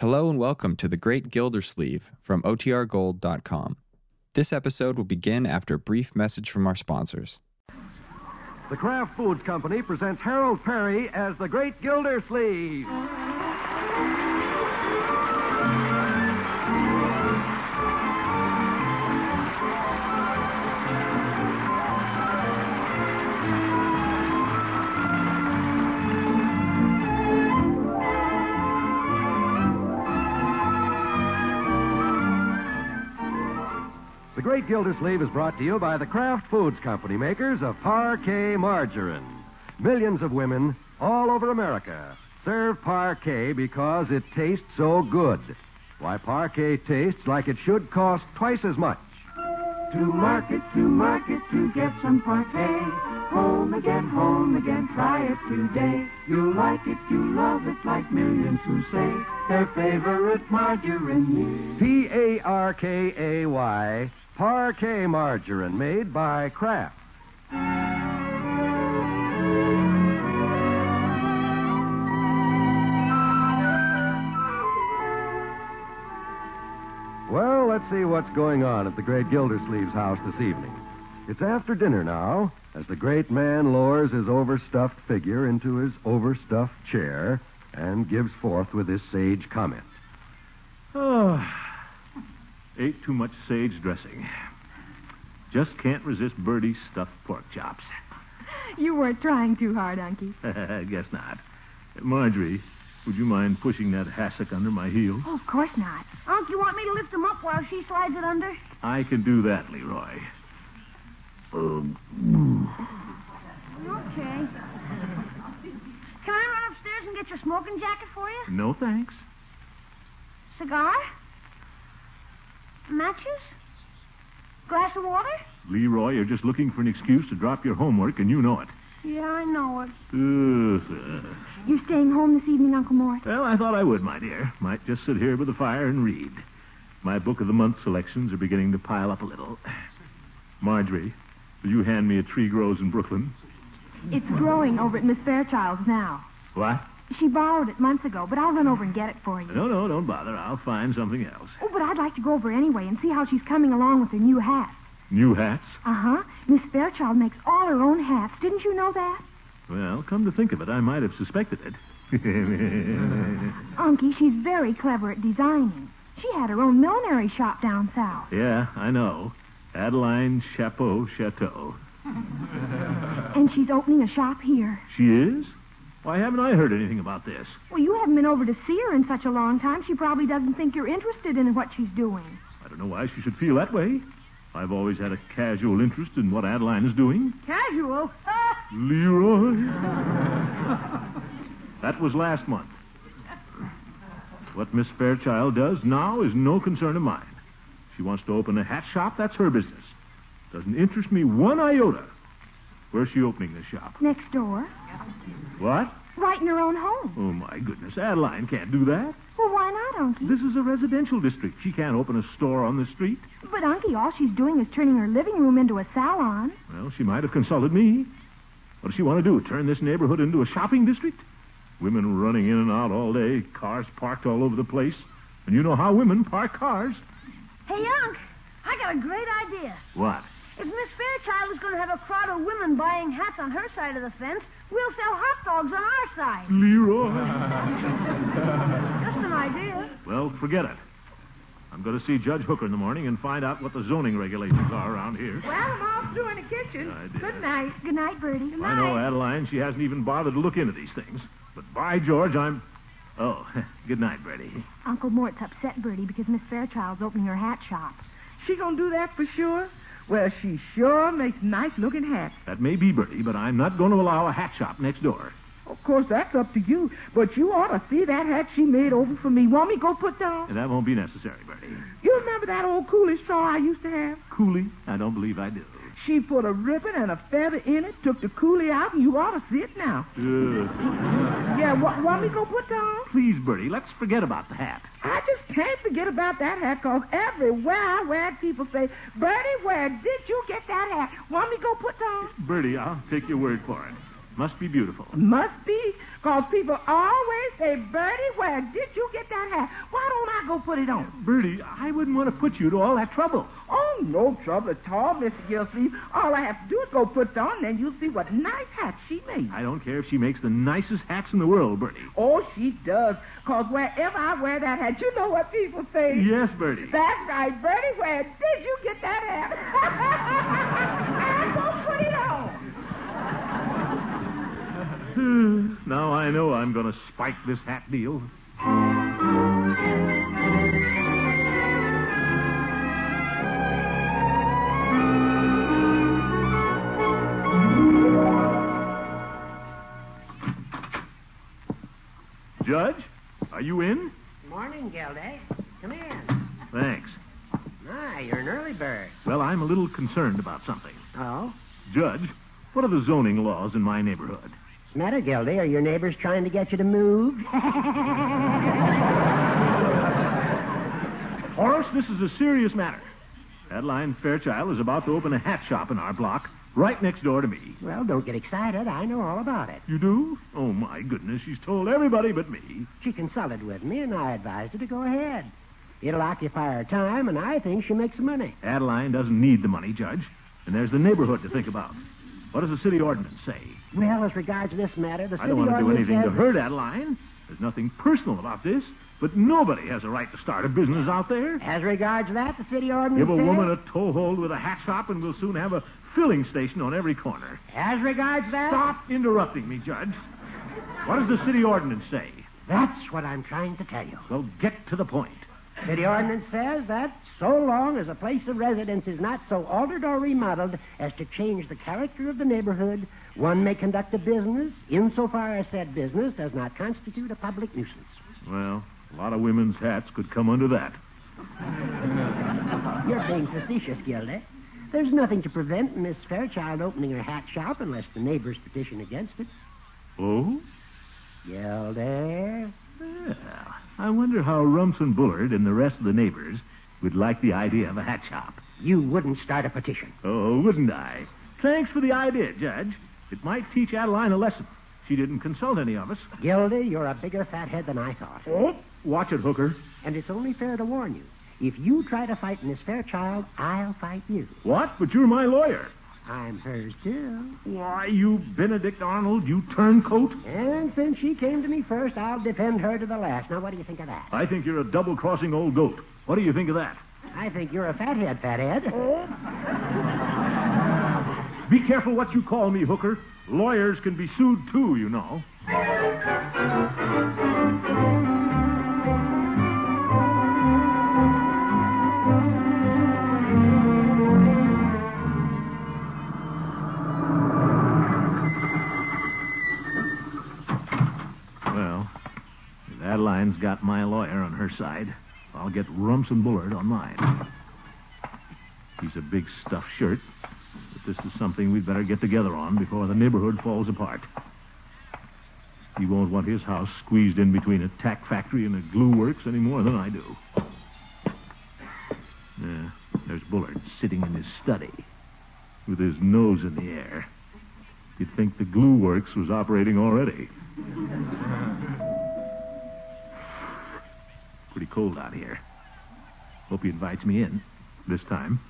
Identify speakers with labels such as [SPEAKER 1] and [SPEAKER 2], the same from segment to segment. [SPEAKER 1] Hello and welcome to The Great Gildersleeve from OTRGold.com. This episode will begin after a brief message from our sponsors.
[SPEAKER 2] The Kraft Foods Company presents Harold Perry as the Great Gildersleeve. The Great Gildersleeve is brought to you by the Kraft Foods Company, makers of Parquet Margarine. Millions of women all over America serve Parquet because it tastes so good. Why, Parquet tastes like it should cost twice as much.
[SPEAKER 3] To market, to market, to get some parquet. Home again, home again, try it today. You'll like it, you love it, like millions who say their favorite margarine.
[SPEAKER 2] P A R K A Y, Parquet Margarine, made by Kraft. Well, let's see what's going on at the great Gildersleeve's house this evening. It's after dinner now, as the great man lowers his overstuffed figure into his overstuffed chair and gives forth with his sage comment.
[SPEAKER 4] Oh, ate too much sage dressing. Just can't resist Bertie's stuffed pork chops.
[SPEAKER 5] You weren't trying too hard, Unky.
[SPEAKER 4] Guess not. Marjorie, would you mind pushing that hassock under my heel?
[SPEAKER 5] Oh, of course not.
[SPEAKER 6] Unc, you want me to lift him up while she slides it under?
[SPEAKER 4] I can do that, Leroy. Um,
[SPEAKER 6] Okay. Can I run upstairs and get your smoking jacket for you?
[SPEAKER 4] no thanks.
[SPEAKER 6] Cigar? Matches? Glass of water?
[SPEAKER 4] Leroy, you're just looking for an excuse to drop your homework, and you know it.
[SPEAKER 6] Yeah, I know it.
[SPEAKER 4] Ugh.
[SPEAKER 5] You're staying home this evening, Uncle Mort.
[SPEAKER 4] Well, I thought I would, my dear. Might just sit here by the fire and read. My book of the month selections are beginning to pile up a little. Marjorie, will you hand me a tree grows in Brooklyn?
[SPEAKER 5] It's growing over at Miss Fairchild's now.
[SPEAKER 4] What?
[SPEAKER 5] She borrowed it months ago, but I'll run over and get it for you.
[SPEAKER 4] No, no, don't bother. I'll find something else.
[SPEAKER 5] Oh, but I'd like to go over anyway and see how she's coming along with her new hat.
[SPEAKER 4] New hats?
[SPEAKER 5] Uh huh. Miss Fairchild makes all her own hats. Didn't you know that?
[SPEAKER 4] Well, come to think of it, I might have suspected it.
[SPEAKER 5] Unky, she's very clever at designing. She had her own millinery shop down south.
[SPEAKER 4] yeah, I know. Adeline Chapeau Chateau.
[SPEAKER 5] And she's opening a shop here.
[SPEAKER 4] She is? Why haven't I heard anything about this?
[SPEAKER 5] Well, you haven't been over to see her in such a long time. She probably doesn't think you're interested in what she's doing.
[SPEAKER 4] I don't know why she should feel that way. I've always had a casual interest in what Adeline is doing.
[SPEAKER 6] Casual?
[SPEAKER 4] Leroy. that was last month. What Miss Fairchild does now is no concern of mine. She wants to open a hat shop, that's her business. Doesn't interest me one iota. Where's she opening this shop?
[SPEAKER 5] Next door.
[SPEAKER 4] What?
[SPEAKER 5] Right in her own home.
[SPEAKER 4] Oh, my goodness. Adeline can't do that.
[SPEAKER 5] Well, why not, Unky?
[SPEAKER 4] This is a residential district. She can't open a store on the street.
[SPEAKER 5] But, Unky, all she's doing is turning her living room into a salon.
[SPEAKER 4] Well, she might have consulted me. What does she want to do? Turn this neighborhood into a shopping district? Women running in and out all day, cars parked all over the place. And you know how women park cars.
[SPEAKER 6] Hey, Unc, I got a great idea.
[SPEAKER 4] What?
[SPEAKER 6] If Miss Fairchild is going to have a crowd of women buying hats on her side of the fence, we'll sell hot dogs on our side.
[SPEAKER 4] Leroy.
[SPEAKER 6] Just an idea.
[SPEAKER 4] well, forget it. I'm going to see Judge Hooker in the morning and find out what the zoning regulations are around here.
[SPEAKER 6] Well, I'm all through in the kitchen.
[SPEAKER 4] I did.
[SPEAKER 6] Good night.
[SPEAKER 5] Good night, Bertie.
[SPEAKER 4] I know Adeline. She hasn't even bothered to look into these things. But by George, I'm. Oh, good night, Bertie.
[SPEAKER 5] Uncle Mort's upset Bertie because Miss Fairchild's opening her hat shop.
[SPEAKER 7] She gonna do that for sure? Well, she sure makes nice looking hats.
[SPEAKER 4] That may be Bertie, but I'm not going to allow a hat shop next door.
[SPEAKER 7] Of course, that's up to you. But you ought to see that hat she made over for me. Want me go put down?
[SPEAKER 4] And that won't be necessary, Bertie.
[SPEAKER 7] You remember that old Coolidge saw I used to have?
[SPEAKER 4] Cooley? I don't believe I do.
[SPEAKER 7] She put a ribbon and a feather in it, took the coolie out, and you ought to see it now. Yeah, wa- want me go put down?
[SPEAKER 4] please, Bertie, let's forget about the hat.
[SPEAKER 7] I just can't forget about that hat, 'cause everywhere I wear it, people say, Bertie, where did you get that hat? Want me go put down?
[SPEAKER 4] Bertie, I'll take your word for it. Must be beautiful.
[SPEAKER 7] Must be, 'cause people always say, Bertie, where did you get that hat? Why don't I go put it on?
[SPEAKER 4] Bertie, I wouldn't want to put you to all that trouble.
[SPEAKER 7] Oh, no trouble at all, Mr. Gillsleeve. All I have to do is go put it on, and you'll see what a nice hat she made.
[SPEAKER 4] I don't care if she makes the nicest hats in the world, Bertie.
[SPEAKER 7] Oh, she does, 'cause wherever I wear that hat, you know what people say.
[SPEAKER 4] Yes, Bertie.
[SPEAKER 7] That's right, Bertie, where did you get that hat? I'm going to put it on.
[SPEAKER 4] now I know I'm going to spike this hat deal. Judge, are you in?
[SPEAKER 8] Morning, Gilday. Come in.
[SPEAKER 4] Thanks.
[SPEAKER 8] Ah, you're an early bird.
[SPEAKER 4] Well, I'm a little concerned about something.
[SPEAKER 8] Oh?
[SPEAKER 4] Judge, what are the zoning laws in my neighborhood?
[SPEAKER 8] What's the matter, Gilday? Are your neighbors trying to get you to move?
[SPEAKER 4] Horace, this is a serious matter. Adeline Fairchild is about to open a hat shop in our block, right next door to me.
[SPEAKER 8] well, don't get excited. I know all about it.
[SPEAKER 4] You do? Oh, my goodness, she's told everybody but me.
[SPEAKER 8] She consulted with me, and I advised her to go ahead. It'll occupy her time, and I think she makes money.
[SPEAKER 4] Adeline doesn't need the money, Judge. And there's the neighborhood to think about. What does the city ordinance say?
[SPEAKER 8] Well, as regards this matter, the city
[SPEAKER 4] I don't want to do
[SPEAKER 8] ordinance
[SPEAKER 4] anything to
[SPEAKER 8] says-
[SPEAKER 4] hurt Adeline. There's nothing personal about this, but nobody has a right to start a business out there.
[SPEAKER 8] As regards that, the city ordinance
[SPEAKER 4] Give a
[SPEAKER 8] says-
[SPEAKER 4] woman a toehold with a hat shop, and we'll soon have a filling station on every corner.
[SPEAKER 8] As regards that...
[SPEAKER 4] Stop interrupting me, Judge. What does the city ordinance say?
[SPEAKER 8] That's what I'm trying to tell you.
[SPEAKER 4] Well, get to the point.
[SPEAKER 8] City ordinance says that so long as a place of residence is not so altered or remodeled as to change the character of the neighborhood, one may conduct a business insofar as said business does not constitute a public nuisance.
[SPEAKER 4] Well, a lot of women's hats could come under that.
[SPEAKER 8] You're being facetious, Gilda. There's nothing to prevent Miss Fairchild opening her hat shop unless the neighbors petition against it.
[SPEAKER 4] Oh?
[SPEAKER 8] Gilda,
[SPEAKER 4] Yeah. I wonder how Rumson Bullard and the rest of the neighbors would like the idea of a hat shop.
[SPEAKER 8] you wouldn't start a petition.
[SPEAKER 4] Oh, wouldn't I? Thanks for the idea, Judge. It might teach Adeline a lesson. She didn't consult any of us.
[SPEAKER 8] Gilda, you're a bigger fathead than I thought.
[SPEAKER 4] Oh, watch it, Hooker.
[SPEAKER 8] And it's only fair to warn you. If you try to fight Miss Fairchild, I'll fight you.
[SPEAKER 4] What? But you're my lawyer.
[SPEAKER 8] I'm hers, too.
[SPEAKER 4] Why, you Benedict Arnold, you turncoat.
[SPEAKER 8] And since she came to me first, I'll defend her to the last. Now, what do you think of that?
[SPEAKER 4] I think you're a double crossing old goat. What do you think of that?
[SPEAKER 8] I think you're a fathead, fathead.
[SPEAKER 4] Be careful what you call me, Hooker. Lawyers can be sued too, you know. Well, if Adeline's got my lawyer on her side, I'll get Rumson Bullard on mine. He's a big stuff shirt, but this is something we'd better get together on before the neighborhood falls apart. He won't want his house squeezed in between a tack factory and a glue works any more than I do. Yeah, there's Bullard sitting in his study with his nose in the air. You'd think the glue works was operating already. Pretty cold out here. Hope he invites me in this time.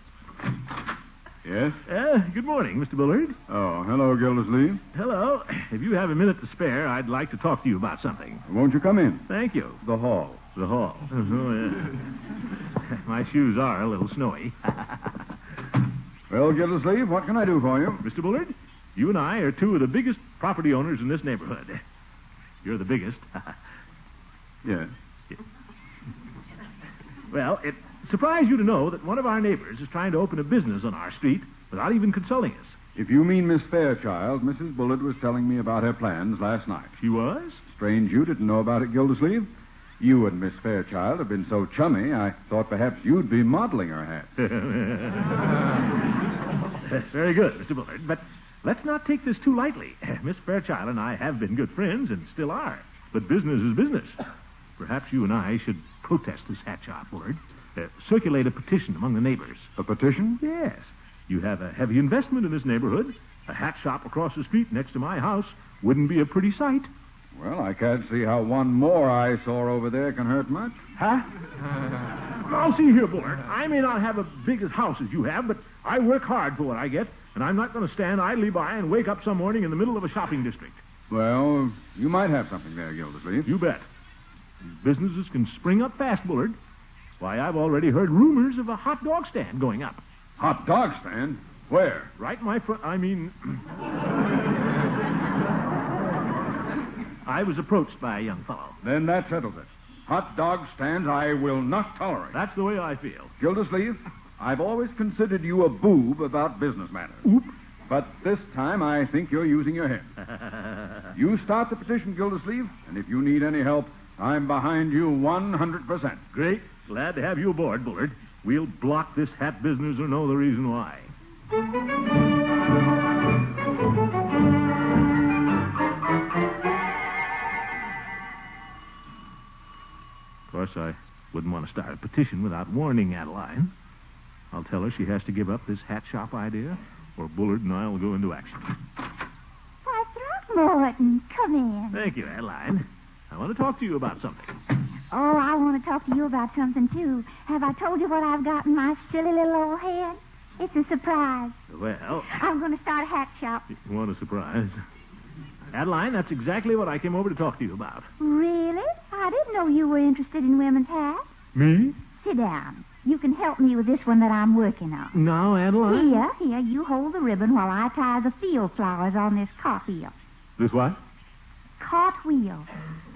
[SPEAKER 9] Yes?
[SPEAKER 4] Uh, good morning, Mr. Bullard.
[SPEAKER 9] Oh, hello, Gildersleeve.
[SPEAKER 4] Hello. If you have a minute to spare, I'd like to talk to you about something.
[SPEAKER 9] Won't you come in?
[SPEAKER 4] Thank you.
[SPEAKER 9] The hall.
[SPEAKER 4] The hall. Oh, yeah. My shoes are a little snowy.
[SPEAKER 9] Well, Gildersleeve, what can I do for you?
[SPEAKER 4] Mr. Bullard, you and I are two of the biggest property owners in this neighborhood. You're the biggest.
[SPEAKER 9] Yes.
[SPEAKER 4] well, it surprised you to know that one of our neighbors is trying to open a business on our street without even consulting us.
[SPEAKER 9] If you mean Miss Fairchild, Mrs. Bullard was telling me about her plans last night.
[SPEAKER 4] She was?
[SPEAKER 9] Strange you didn't know about it, Gildersleeve. You and Miss Fairchild have been so chummy, I thought perhaps you'd be modeling her hat.
[SPEAKER 4] Very good, Mr. Bullard. But let's not take this too lightly. Miss Fairchild and I have been good friends and still are. But business is business. Perhaps you and I should protest this hat shop, Bullard. Uh, circulate a petition among the neighbors.
[SPEAKER 9] A petition?
[SPEAKER 4] Yes. You have a heavy investment in this neighborhood. A hat shop across the street next to my house wouldn't be a pretty sight.
[SPEAKER 9] Well, I can't see how one more eyesore over there can hurt much.
[SPEAKER 4] Huh? Now, see here, Bullard. I may not have a big as house as you have, but I work hard for what I get, and I'm not going to stand idly by and wake up some morning in the middle of a shopping district.
[SPEAKER 9] Well, you might have something there, Gildersleeve.
[SPEAKER 4] You bet. Businesses can spring up fast, Bullard. Why, I've already heard rumors of a hot dog stand going up.
[SPEAKER 9] Hot dog stand? Where?
[SPEAKER 4] Right in my front. I mean. I was approached by a young fellow.
[SPEAKER 9] Then that settles it. Hot dog stands I will not tolerate.
[SPEAKER 4] That's the way I feel.
[SPEAKER 9] Gildersleeve, I've always considered you a boob about business matters.
[SPEAKER 4] Oop.
[SPEAKER 9] But this time I think you're using your head. You start the petition, Gildersleeve, and if you need any help, I'm behind you 100%.
[SPEAKER 4] Great. Glad to have you aboard, Bullard. We'll block this hat business or know the reason why.
[SPEAKER 8] Eh?
[SPEAKER 4] Of course, I wouldn't want to start a petition without warning Adeline. I'll tell her she has to give up this hat shop idea, or Bullard and I will go into action.
[SPEAKER 10] Why, Throckmorton, come in.
[SPEAKER 4] Thank you, Adeline. I want to talk to you about something.
[SPEAKER 10] Oh, I want to talk to you about something, too. Have I told you what I've got in my silly little old head? It's a surprise.
[SPEAKER 4] Well,
[SPEAKER 10] I'm going to start a hat shop.
[SPEAKER 4] what a surprise. Adeline, that's exactly what I came over to talk to you about.
[SPEAKER 10] Really? I didn't know you were interested in women's hats.
[SPEAKER 4] Me?
[SPEAKER 10] Sit down. You can help me with this one that I'm working on.
[SPEAKER 4] No, Adeline.
[SPEAKER 10] Here, here, you hold the ribbon while I tie the field flowers on this cartwheel.
[SPEAKER 4] This what?
[SPEAKER 10] Cartwheel.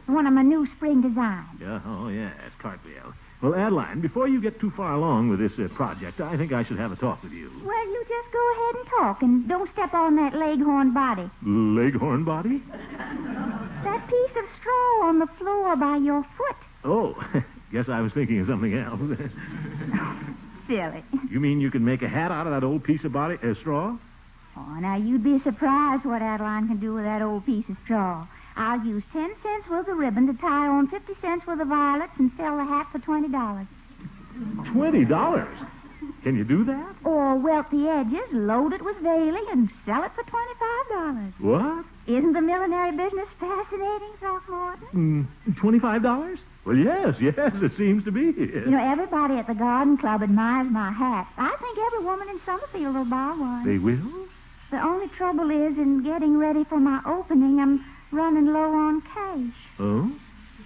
[SPEAKER 10] One of my new spring designs.
[SPEAKER 4] Yeah, oh, yes, cartwheel. Well, Adeline, before you get too far along with this uh, project, I think I should have a talk with you.
[SPEAKER 10] Well, you just go ahead and talk and don't step on that leghorn body.
[SPEAKER 4] Leghorn body?
[SPEAKER 10] That piece of straw on the floor by your foot.
[SPEAKER 4] Oh, guess I was thinking of something else.
[SPEAKER 10] Silly.
[SPEAKER 4] you mean you can make a hat out of that old piece of body uh, straw?
[SPEAKER 10] Oh, now you'd be surprised what Adeline can do with that old piece of straw. I'll use ten cents worth of ribbon to tie on fifty cents worth of violets and sell the hat for twenty dollars.
[SPEAKER 4] Twenty dollars. Can you do that?
[SPEAKER 10] Or welt the edges, load it with veiling, and sell it for twenty-five dollars.
[SPEAKER 4] What?
[SPEAKER 10] Isn't the millinery business fascinating, Throckmorton?
[SPEAKER 4] Mm, Twenty-five dollars? Well, yes, yes, it seems to be.
[SPEAKER 10] You know, everybody at the garden club admires my hat. I think every woman in Summerfield will buy one.
[SPEAKER 4] They will?
[SPEAKER 10] The only trouble is, in getting ready for my opening, I'm running low on cash.
[SPEAKER 4] Oh?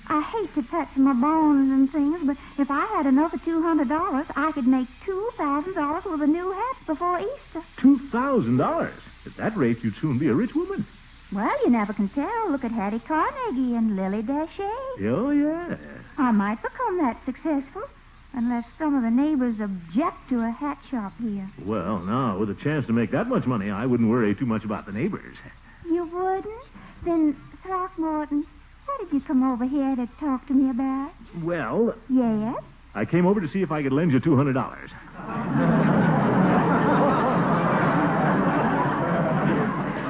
[SPEAKER 10] I hate to touch my bones and things, but if I had another two hundred dollars, I could make two thousand dollars with a new hat before Easter.
[SPEAKER 4] Two thousand dollars. At that rate, you'd soon be a rich woman.
[SPEAKER 10] Well, you never can tell. Look at Hattie Carnegie and Lily Dashay.
[SPEAKER 4] Oh, yes.
[SPEAKER 10] I might become that successful, unless some of the neighbors object to a hat shop here.
[SPEAKER 4] Well, now, with a chance to make that much money, I wouldn't worry too much about the neighbors.
[SPEAKER 10] You wouldn't? Then, Throckmorton, what did you come over here to talk to me about?
[SPEAKER 4] Well,
[SPEAKER 10] Yes?
[SPEAKER 4] I came over to see if I could lend you two hundred dollars.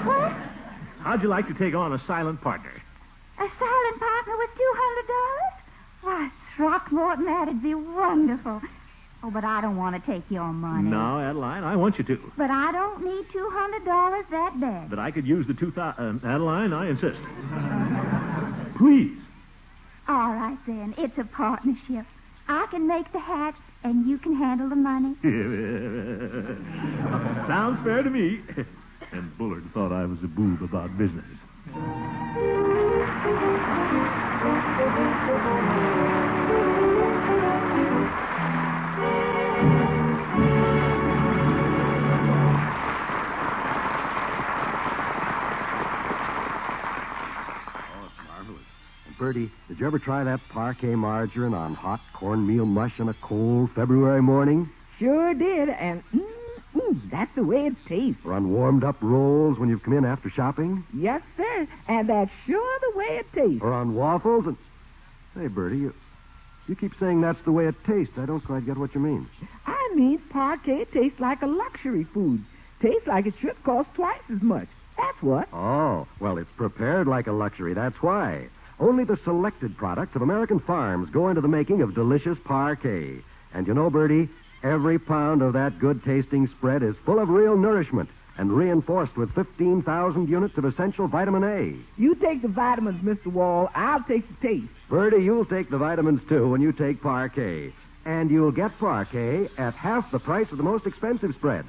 [SPEAKER 10] What?
[SPEAKER 4] How'd you like to take on a silent partner?
[SPEAKER 10] A silent partner with two hundred dollars? Why, Throckmorton, that'd be wonderful. Oh, but I don't want to take your money.
[SPEAKER 4] No, Adeline, I want you to.
[SPEAKER 10] But I don't need two hundred dollars that bad.
[SPEAKER 4] But I could use the two thousand. Adeline, I insist. Please.
[SPEAKER 10] All right then, it's a partnership. I can make the hat, and you can handle the money.
[SPEAKER 4] Sounds fair to me. And Bullard thought I was a boob about business.
[SPEAKER 2] Oh, it's marvelous. And, Bertie, did you ever try that parquet margarine on hot cornmeal mush on a cold February morning?
[SPEAKER 7] Sure did, and mm, mm, that's the way it tastes.
[SPEAKER 2] Or on warmed up rolls when you've come in after shopping?
[SPEAKER 7] Yes, sir, and that's sure the way it tastes.
[SPEAKER 2] Or on waffles and. Hey, Bertie, you, you keep saying that's the way it tastes. I don't quite get what you mean.
[SPEAKER 7] I mean, parquet tastes like a luxury food. Tastes like it should cost twice as much. That's what.
[SPEAKER 2] Oh, well, it's prepared like a luxury. That's why. Only the selected products of American farms go into the making of delicious parquet. And you know, Bertie, every pound of that good tasting spread is full of real nourishment and reinforced with 15,000 units of essential vitamin A.
[SPEAKER 7] You take the vitamins, Mr. Wall. I'll take the taste.
[SPEAKER 2] Bertie, you'll take the vitamins too when you take Parquet. And you'll get Parquet at half the price of the most expensive spread.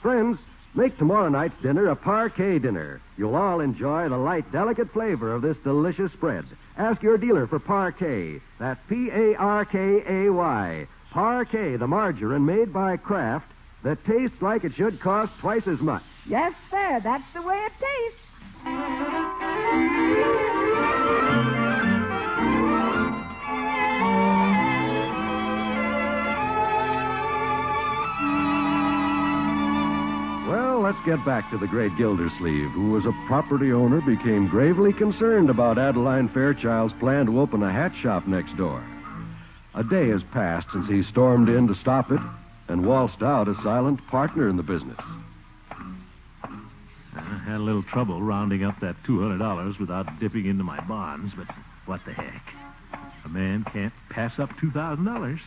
[SPEAKER 2] Friends, make tomorrow night's dinner a Parquet dinner. You'll all enjoy the light, delicate flavor of this delicious spread. Ask your dealer for Parquet. That's P A R K A Y. Parquet, the margarine made by Kraft that tastes like it should cost twice as much.
[SPEAKER 7] Yes, sir. That's the way it tastes.
[SPEAKER 2] Well, let's get back to the great Gildersleeve, who, as a property owner, became gravely concerned about Adeline Fairchild's plan to open a hat shop next door. A day has passed since he stormed in to stop it and waltzed out a silent partner in the business.
[SPEAKER 4] I had a little trouble rounding up that $200 without dipping into my bonds, but what the heck? A man can't pass up $2,000.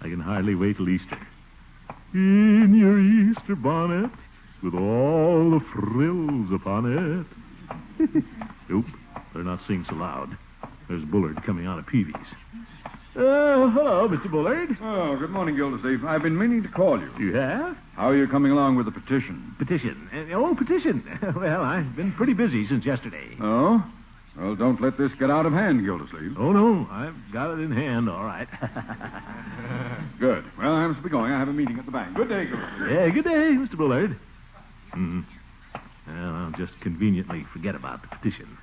[SPEAKER 4] I can hardly wait till Easter. In your Easter bonnet, with all the frills upon it. nope, they're not singing so loud. There's Bullard coming out of Peavy's. Uh, hello, Mr. Bullard.
[SPEAKER 9] Oh, good morning, Gildersleeve. I've been meaning to call you.
[SPEAKER 4] You have?
[SPEAKER 9] How are you coming along with the petition?
[SPEAKER 4] Petition. Uh, oh, petition. well, I've been pretty busy since yesterday.
[SPEAKER 9] Oh? Well, don't let this get out of hand, Gildersleeve.
[SPEAKER 4] Oh, no. I've got it in hand, all right.
[SPEAKER 9] Good. Well, I must be going. I have a meeting at the bank. Good day, Gildersleeve.
[SPEAKER 4] yeah, good day, Mr. Bullard. Hmm. Well, I'll just conveniently forget about the petition.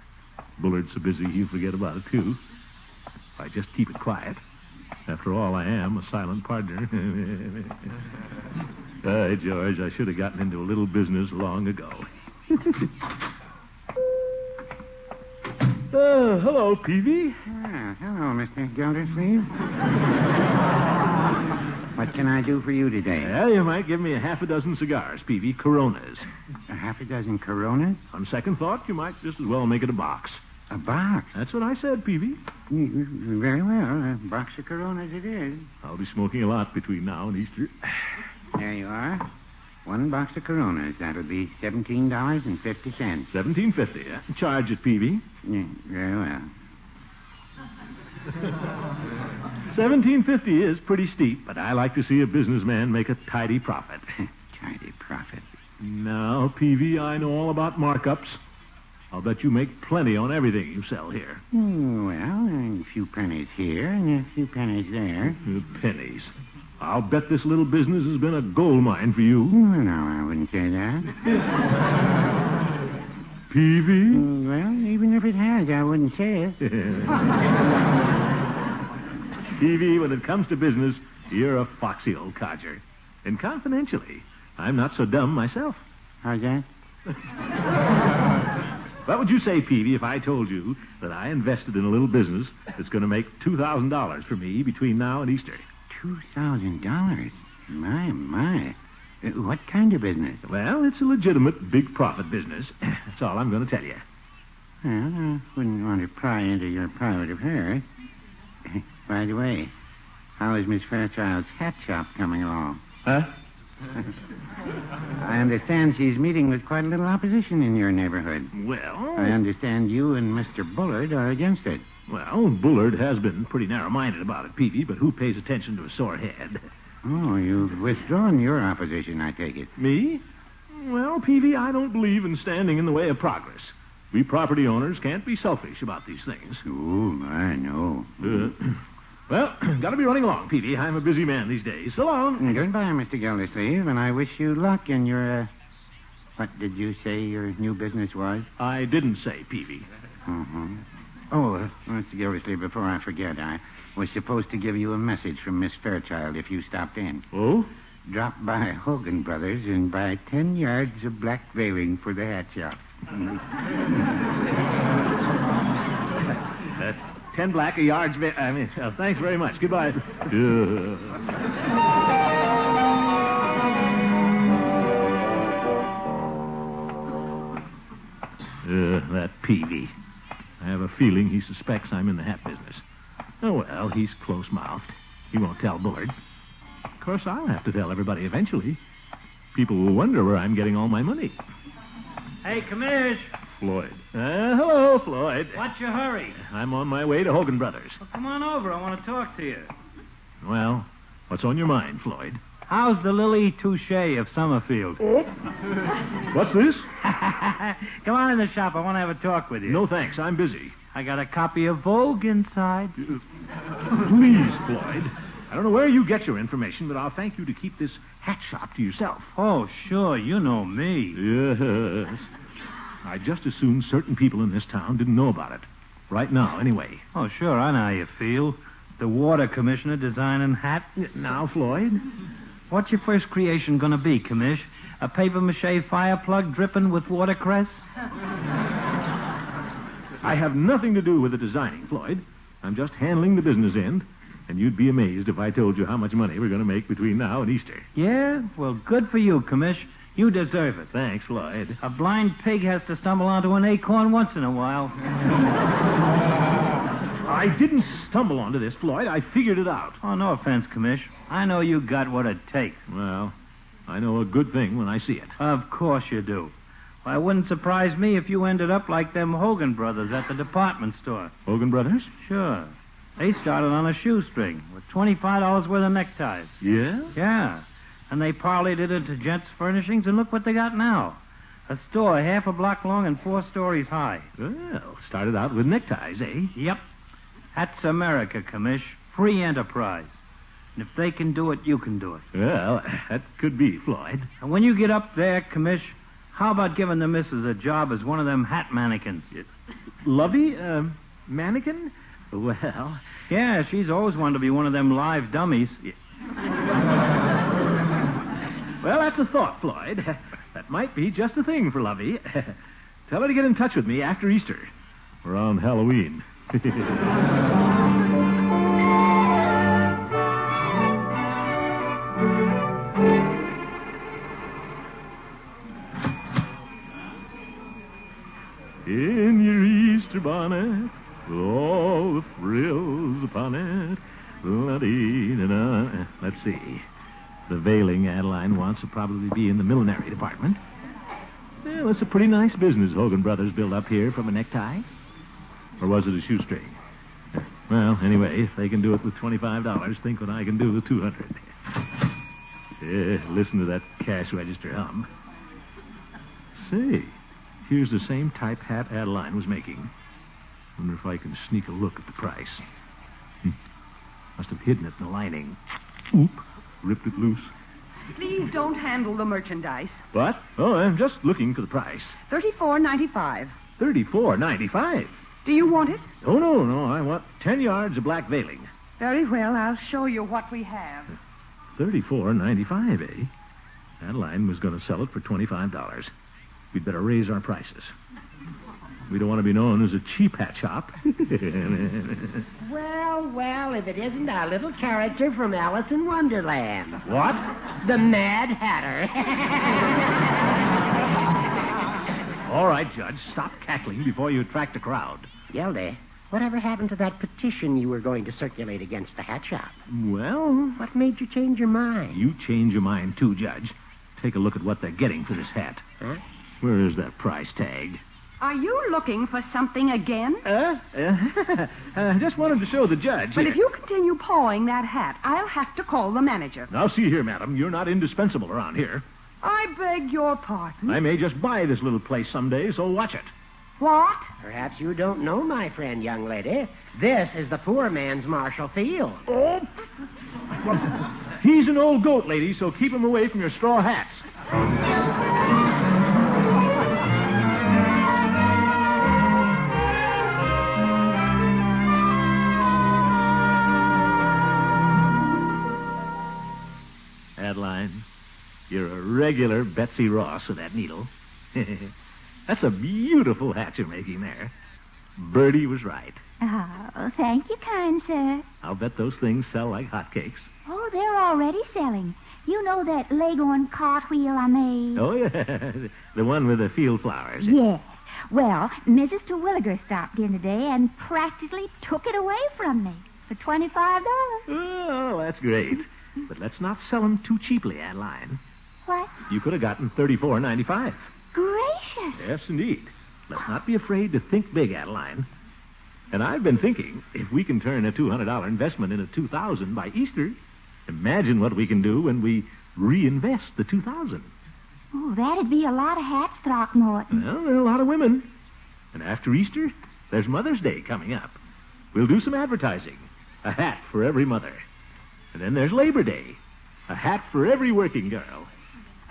[SPEAKER 4] Bullard's so busy he'll forget about it, too. If I just keep it quiet. After all, I am a silent partner. By George, I should have gotten into a little business long ago. Uh, hello, Peavy.
[SPEAKER 11] Ah, hello, Mr. Gildersleeve. what can I do for you today?
[SPEAKER 4] Well, you might give me a half a dozen cigars, Peavy. Coronas.
[SPEAKER 11] A half a dozen Coronas?
[SPEAKER 4] On second thought, you might just as well make it a box.
[SPEAKER 11] A box?
[SPEAKER 4] That's what I said, Peavy.
[SPEAKER 11] Mm, Very well. A box of Coronas it is.
[SPEAKER 4] I'll be smoking a lot between now and Easter.
[SPEAKER 11] There you are. One box of Coronas. That'll be seventeen dollars and fifty cents.
[SPEAKER 4] Seventeen fifty. Charge it, Peavy.
[SPEAKER 11] very well.
[SPEAKER 4] Seventeen fifty is pretty steep, but I like to see a businessman make a tidy profit.
[SPEAKER 11] Tidy profit.
[SPEAKER 4] Now, Peavy, I know all about markups. I'll bet you make plenty on everything you sell here.
[SPEAKER 11] Hmm, well, a few pennies here and a few pennies there.
[SPEAKER 4] Uh, Pennies. I'll bet this little business has been a gold mine for you.
[SPEAKER 11] Well, no, I wouldn't say that.
[SPEAKER 4] Peavy?
[SPEAKER 11] Mm, Well, even if it has, I wouldn't say it.
[SPEAKER 4] Peavy, when it comes to business, you're a foxy old codger. And confidentially, I'm not so dumb myself.
[SPEAKER 11] How's that?
[SPEAKER 4] What would you say, Peavy, if I told you that I invested in a little business that's going to make $2,000 for me between now and Easter?
[SPEAKER 11] Two thousand dollars. My, my. Uh, What kind of business?
[SPEAKER 4] Well, it's a legitimate big profit business. That's all I'm going to tell you.
[SPEAKER 11] Well, I wouldn't want to pry into your private affairs. By the way, how is Miss Fairchild's hat shop coming along?
[SPEAKER 4] Huh?
[SPEAKER 11] I understand she's meeting with quite a little opposition in your neighborhood.
[SPEAKER 4] Well,
[SPEAKER 11] I understand you and Mr. Bullard are against it.
[SPEAKER 4] well, Bullard has been pretty narrow-minded about it, Peavy, but who pays attention to a sore head?
[SPEAKER 11] Oh, you've withdrawn your opposition, I take it.
[SPEAKER 4] Me? Well, Peavy, I don't believe in standing in the way of progress. We property owners can't be selfish about these things.
[SPEAKER 11] Oh, my, no.
[SPEAKER 4] Uh, well, gotta be running along, Peavy. I'm a busy man these days. So long.
[SPEAKER 11] Mm, Goodbye, Mr. Gildersleeve, and I wish you luck in your, uh... What did you say your new business was?
[SPEAKER 4] I didn't say, Peavy.
[SPEAKER 11] Mm-hmm. Oh, uh, Mr. Gildersleeve, before I forget, I was supposed to give you a message from Miss Fairchild if you stopped in.
[SPEAKER 4] Oh?
[SPEAKER 11] Drop by Hogan Brothers and buy ten yards of black veiling for the hat shop.
[SPEAKER 4] Uh, ten black a yard's. ve- I mean, uh, thanks very much. Goodbye. Uh, uh, that Peavy. I have a feeling he suspects I'm in the hat business. Oh, well, he's close mouthed. He won't tell Bullard. Of course, I'll have to tell everybody eventually. People will wonder where I'm getting all my money.
[SPEAKER 12] Hey, Commish,
[SPEAKER 4] Floyd. Uh, hello, Floyd.
[SPEAKER 12] what's your hurry?
[SPEAKER 4] I'm on my way to Hogan Brothers.
[SPEAKER 12] Come on over. I want to talk to you.
[SPEAKER 4] Well, what's on your mind, Floyd?
[SPEAKER 12] How's the Lily Touche of Summerfield?
[SPEAKER 4] What's this?
[SPEAKER 12] Come on in the shop. I want to have a talk with you.
[SPEAKER 4] No thanks. I'm busy.
[SPEAKER 12] I got a copy of Vogue inside.
[SPEAKER 4] Please, Floyd. I don't know where you get your information, but I'll thank you to keep this hat shop to yourself.
[SPEAKER 12] Oh, sure. You know me.
[SPEAKER 4] Yes. I just assumed certain people in this town didn't know about it. Right now, anyway.
[SPEAKER 12] Oh, sure. I know how you feel. The water commissioner designing hat.
[SPEAKER 4] Now, Floyd.
[SPEAKER 12] What's your first creation going to be, Commish? A paper mache fire plug dripping with watercress?
[SPEAKER 4] I have nothing to do with the designing, Floyd. I'm just handling the business end, and you'd be amazed if I told you how much money we're going to make between now and Easter.
[SPEAKER 12] Yeah? Well, good for you, Commish. You deserve it.
[SPEAKER 4] Thanks, Floyd.
[SPEAKER 12] A blind pig has to stumble onto an acorn once in a while.
[SPEAKER 4] I didn't stumble onto this, Floyd. I figured it out.
[SPEAKER 12] Oh, no offense, Commish. I know you got what it takes.
[SPEAKER 4] Well, I know a good thing when I see it.
[SPEAKER 12] Of course you do. Why, it wouldn't surprise me if you ended up like them Hogan brothers at the department store.
[SPEAKER 4] Hogan Brothers?
[SPEAKER 12] Sure. They started on a shoestring with $25 worth of neckties.
[SPEAKER 4] Yeah?
[SPEAKER 12] Yeah. And they parlayed it into gents' furnishings, and look what they got now. A store half a block long and four stories high.
[SPEAKER 4] Well, started out with neckties, eh?
[SPEAKER 12] Yep. That's America, Commish. Free enterprise. And if they can do it, you can do it.
[SPEAKER 4] Well, that could be, Floyd.
[SPEAKER 12] And when you get up there, Commish, how about giving the missus a job as one of them hat mannequins?
[SPEAKER 4] Lovey, um, mannequin? Well,
[SPEAKER 12] Yeah, she's always wanted to be one of them live dummies.
[SPEAKER 4] well, that's a thought, Floyd. That might be just the thing for Lovey. Tell her to get in touch with me after Easter. Around Halloween. In your Easter bonnet, with all the frills upon it. La-dee-da-da. uh, Let's see. The veiling Adeline wants will probably be in the millinery department. Well, it's a pretty nice business Hogan Brothers built up here from a necktie. Or was it a shoestring? Well, anyway, if they can do it with $25, think what I can do with 200 Eh, Listen to that cash register hum. Say, here's the same type hat Adeline was making. Wonder if I can sneak a look at the price. Hmm. Must have hidden it in the lining. Oop, ripped it loose.
[SPEAKER 13] Please don't handle the merchandise.
[SPEAKER 4] What? Oh, I'm just looking for the price.
[SPEAKER 13] Thirty-four ninety-five.
[SPEAKER 4] Thirty-four ninety-five.
[SPEAKER 13] Do you want it?
[SPEAKER 4] Oh no, no, I want ten yards of black veiling.
[SPEAKER 13] Very well. I'll show you what we have.
[SPEAKER 4] Thirty-four ninety-five, eh? Adeline was going to sell it for twenty-five dollars. We'd better raise our prices. We don't want to be known as a cheap hat shop.
[SPEAKER 8] Well, well, if it isn't our little character from Alice in Wonderland.
[SPEAKER 4] what?
[SPEAKER 8] The Mad Hatter.
[SPEAKER 4] All right, Judge, stop cackling before you attract a crowd.
[SPEAKER 8] Yelde, whatever happened to that petition you were going to circulate against the hat shop?
[SPEAKER 4] Well,
[SPEAKER 8] What made you change your mind?
[SPEAKER 4] you change your mind too, Judge. Take a look at what they're getting for this hat.
[SPEAKER 8] Huh?
[SPEAKER 4] Where is that price tag?
[SPEAKER 13] Are you looking for something again?
[SPEAKER 4] Uh, uh, I just wanted to show the judge.
[SPEAKER 13] But
[SPEAKER 4] here.
[SPEAKER 13] if you continue pawing that hat, I'll have to call the manager.
[SPEAKER 4] Now, see here, madam, you're not indispensable around here.
[SPEAKER 13] I beg your pardon.
[SPEAKER 4] I may just buy this little place someday, so watch it.
[SPEAKER 13] What?
[SPEAKER 8] Perhaps you don't know, my friend, young lady. This is the poor man's Marshall Field.
[SPEAKER 4] Oh! He's an old goat, lady, so keep him away from your straw hats. Adeline, you're a regular Betsy Ross with that needle. That's a beautiful hat you're making there. Bertie was right.
[SPEAKER 10] Oh, thank you, kind sir.
[SPEAKER 4] I'll bet those things sell like hotcakes.
[SPEAKER 10] Oh, they're already selling. You know that Leghorn cartwheel I made?
[SPEAKER 4] Oh, yeah. The one with the field flowers.
[SPEAKER 10] Yes. Well, Mrs. Terwilliger stopped in today and practically took it away from me for $25.
[SPEAKER 4] Oh, that's great. But let's not sell them too cheaply, Adeline.
[SPEAKER 10] What?
[SPEAKER 4] you could have gotten thirty-four ninety-five.
[SPEAKER 10] Gracious!
[SPEAKER 4] Yes, indeed. Let's not be afraid to think big, Adeline. And I've been thinking, if we can turn a $200 investment into 2000 by Easter, imagine what we can do when we reinvest the 2000
[SPEAKER 10] Oh, that'd be a lot of hats, Throckmorton.
[SPEAKER 4] Well, there are a lot of women. And after Easter, there's Mother's Day coming up. We'll do some advertising. A hat for every mother. And then there's Labor Day. A hat for every working girl.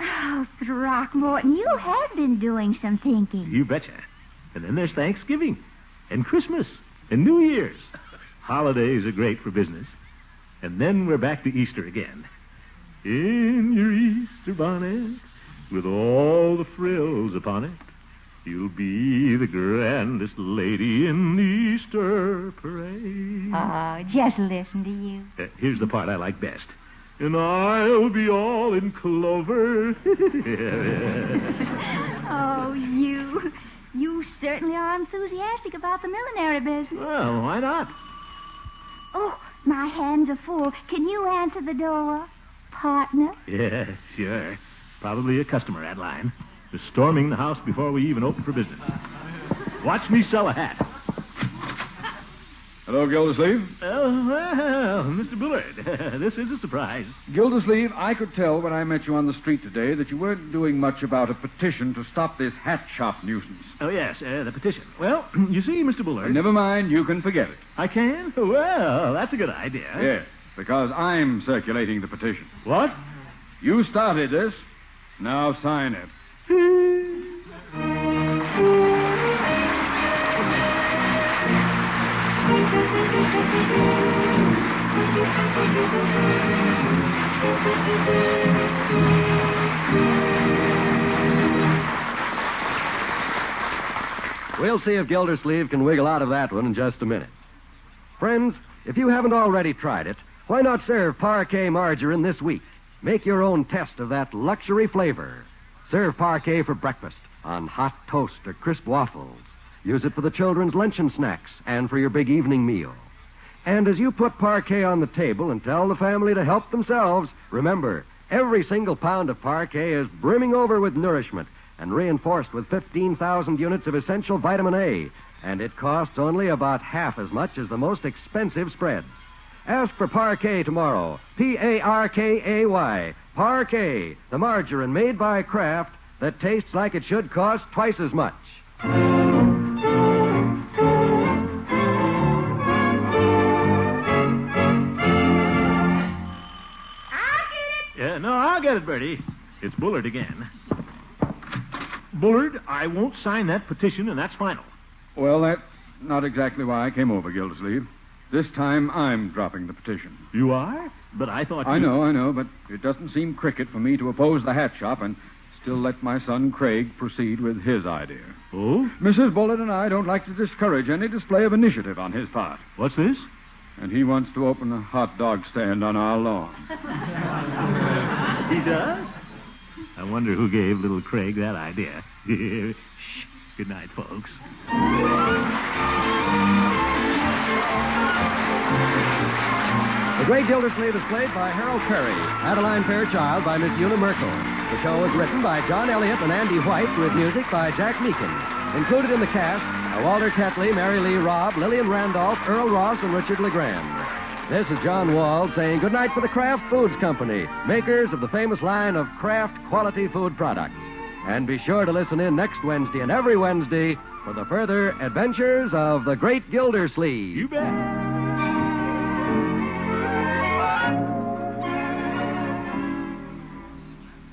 [SPEAKER 10] Oh, Throckmorton, you have been doing some thinking.
[SPEAKER 4] You betcha. And then there's Thanksgiving, and Christmas, and New Year's. Holidays are great for business. And then we're back to Easter again. In your Easter bonnet, with all the frills upon it, you'll be the grandest lady in the Easter parade.
[SPEAKER 10] Oh, just listen to you.
[SPEAKER 4] Uh, here's the part I like best. And I'll be all in clover.
[SPEAKER 10] Oh, you. You certainly are enthusiastic about the millinery business.
[SPEAKER 4] well, why not?
[SPEAKER 10] Oh, my hands are full. Can you answer the door, partner?
[SPEAKER 4] Yeah, sure. Probably a customer, Adeline. They're storming the house before we even open for business. Watch me sell a hat.
[SPEAKER 9] Hello, Gildersleeve.
[SPEAKER 4] Oh, well, Mr. Bullard, this is a surprise.
[SPEAKER 9] Gildersleeve, I could tell when I met you on the street today that you weren't doing much about a petition to stop this hat shop nuisance.
[SPEAKER 4] Oh, yes, uh, the petition. Well, you see, Mr. Bullard.
[SPEAKER 9] Never mind, you can forget it.
[SPEAKER 4] I can? Well, that's a good idea.
[SPEAKER 9] Yes, because I'm circulating the petition.
[SPEAKER 4] What?
[SPEAKER 9] You started this. Now sign it.
[SPEAKER 2] We'll see if Gildersleeve can wiggle out of that one in just a minute. Friends, if you haven't already tried it, why not serve parquet margarine this week? Make your own test of that luxury flavor. Serve parquet for breakfast, on hot toast or crisp waffles. Use it for the children's luncheon snacks and for your big evening meal. And as you put parquet on the table and tell the family to help themselves, remember, every single pound of parquet is brimming over with nourishment and reinforced with 15,000 units of essential vitamin A, and it costs only about half as much as the most expensive spreads. Ask for Parquet tomorrow. P A R K A Y. Parquet, the margarine made by Kraft that tastes like it should cost twice as much.
[SPEAKER 4] Yeah, no, I'll get it, Bertie. It's Bullard again. Bullard, I won't sign that petition, and that's final.
[SPEAKER 9] Well, that's not exactly why I came over, Gildersleeve. This time I'm dropping the petition.
[SPEAKER 4] You are? But I thought.
[SPEAKER 9] I
[SPEAKER 4] you-
[SPEAKER 9] know, I know, but it doesn't seem cricket for me to oppose the hat shop and still let my son Craig proceed with his idea.
[SPEAKER 4] Oh?
[SPEAKER 9] Mrs. Bullard and I don't like to discourage any display of initiative on his part.
[SPEAKER 4] What's this?
[SPEAKER 9] And he wants to open a hot dog stand on our lawn.
[SPEAKER 4] He does? I wonder who gave little Craig that idea. Shh. Good night, folks.
[SPEAKER 2] The Great Gildersleeve is played by Harold Perry, Adeline Fairchild by Miss Una Merkel. The show was written by John Elliott and Andy White with music by Jack Meakin. Included in the cast are Walter Ketley, Mary Lee Robb, Lillian Randolph, Earl Ross, and Richard LeGrand. This is John Wall saying goodnight for the Kraft Foods Company, makers of the famous line of Kraft quality food products. And be sure to listen in next Wednesday and every Wednesday for the further adventures of the Great Gildersleeve.
[SPEAKER 4] You bet.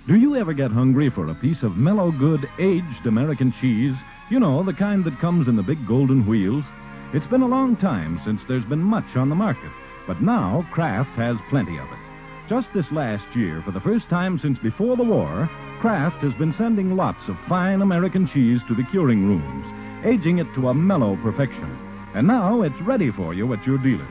[SPEAKER 14] Do you ever get hungry for a piece of mellow good aged American cheese? You know, the kind that comes in the big golden wheels. It's been a long time since there's been much on the market, but now Kraft has plenty of it. Just this last year, for the first time since before the war, Kraft has been sending lots of fine American cheese to the curing rooms, aging it to a mellow perfection. And now it's ready for you at your dealer's.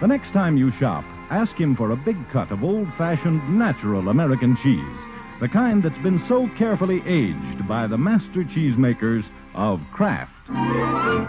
[SPEAKER 14] The next time you shop, ask him for a big cut of old fashioned natural American cheese, the kind that's been so carefully aged by the master cheesemakers of Kraft.
[SPEAKER 15] This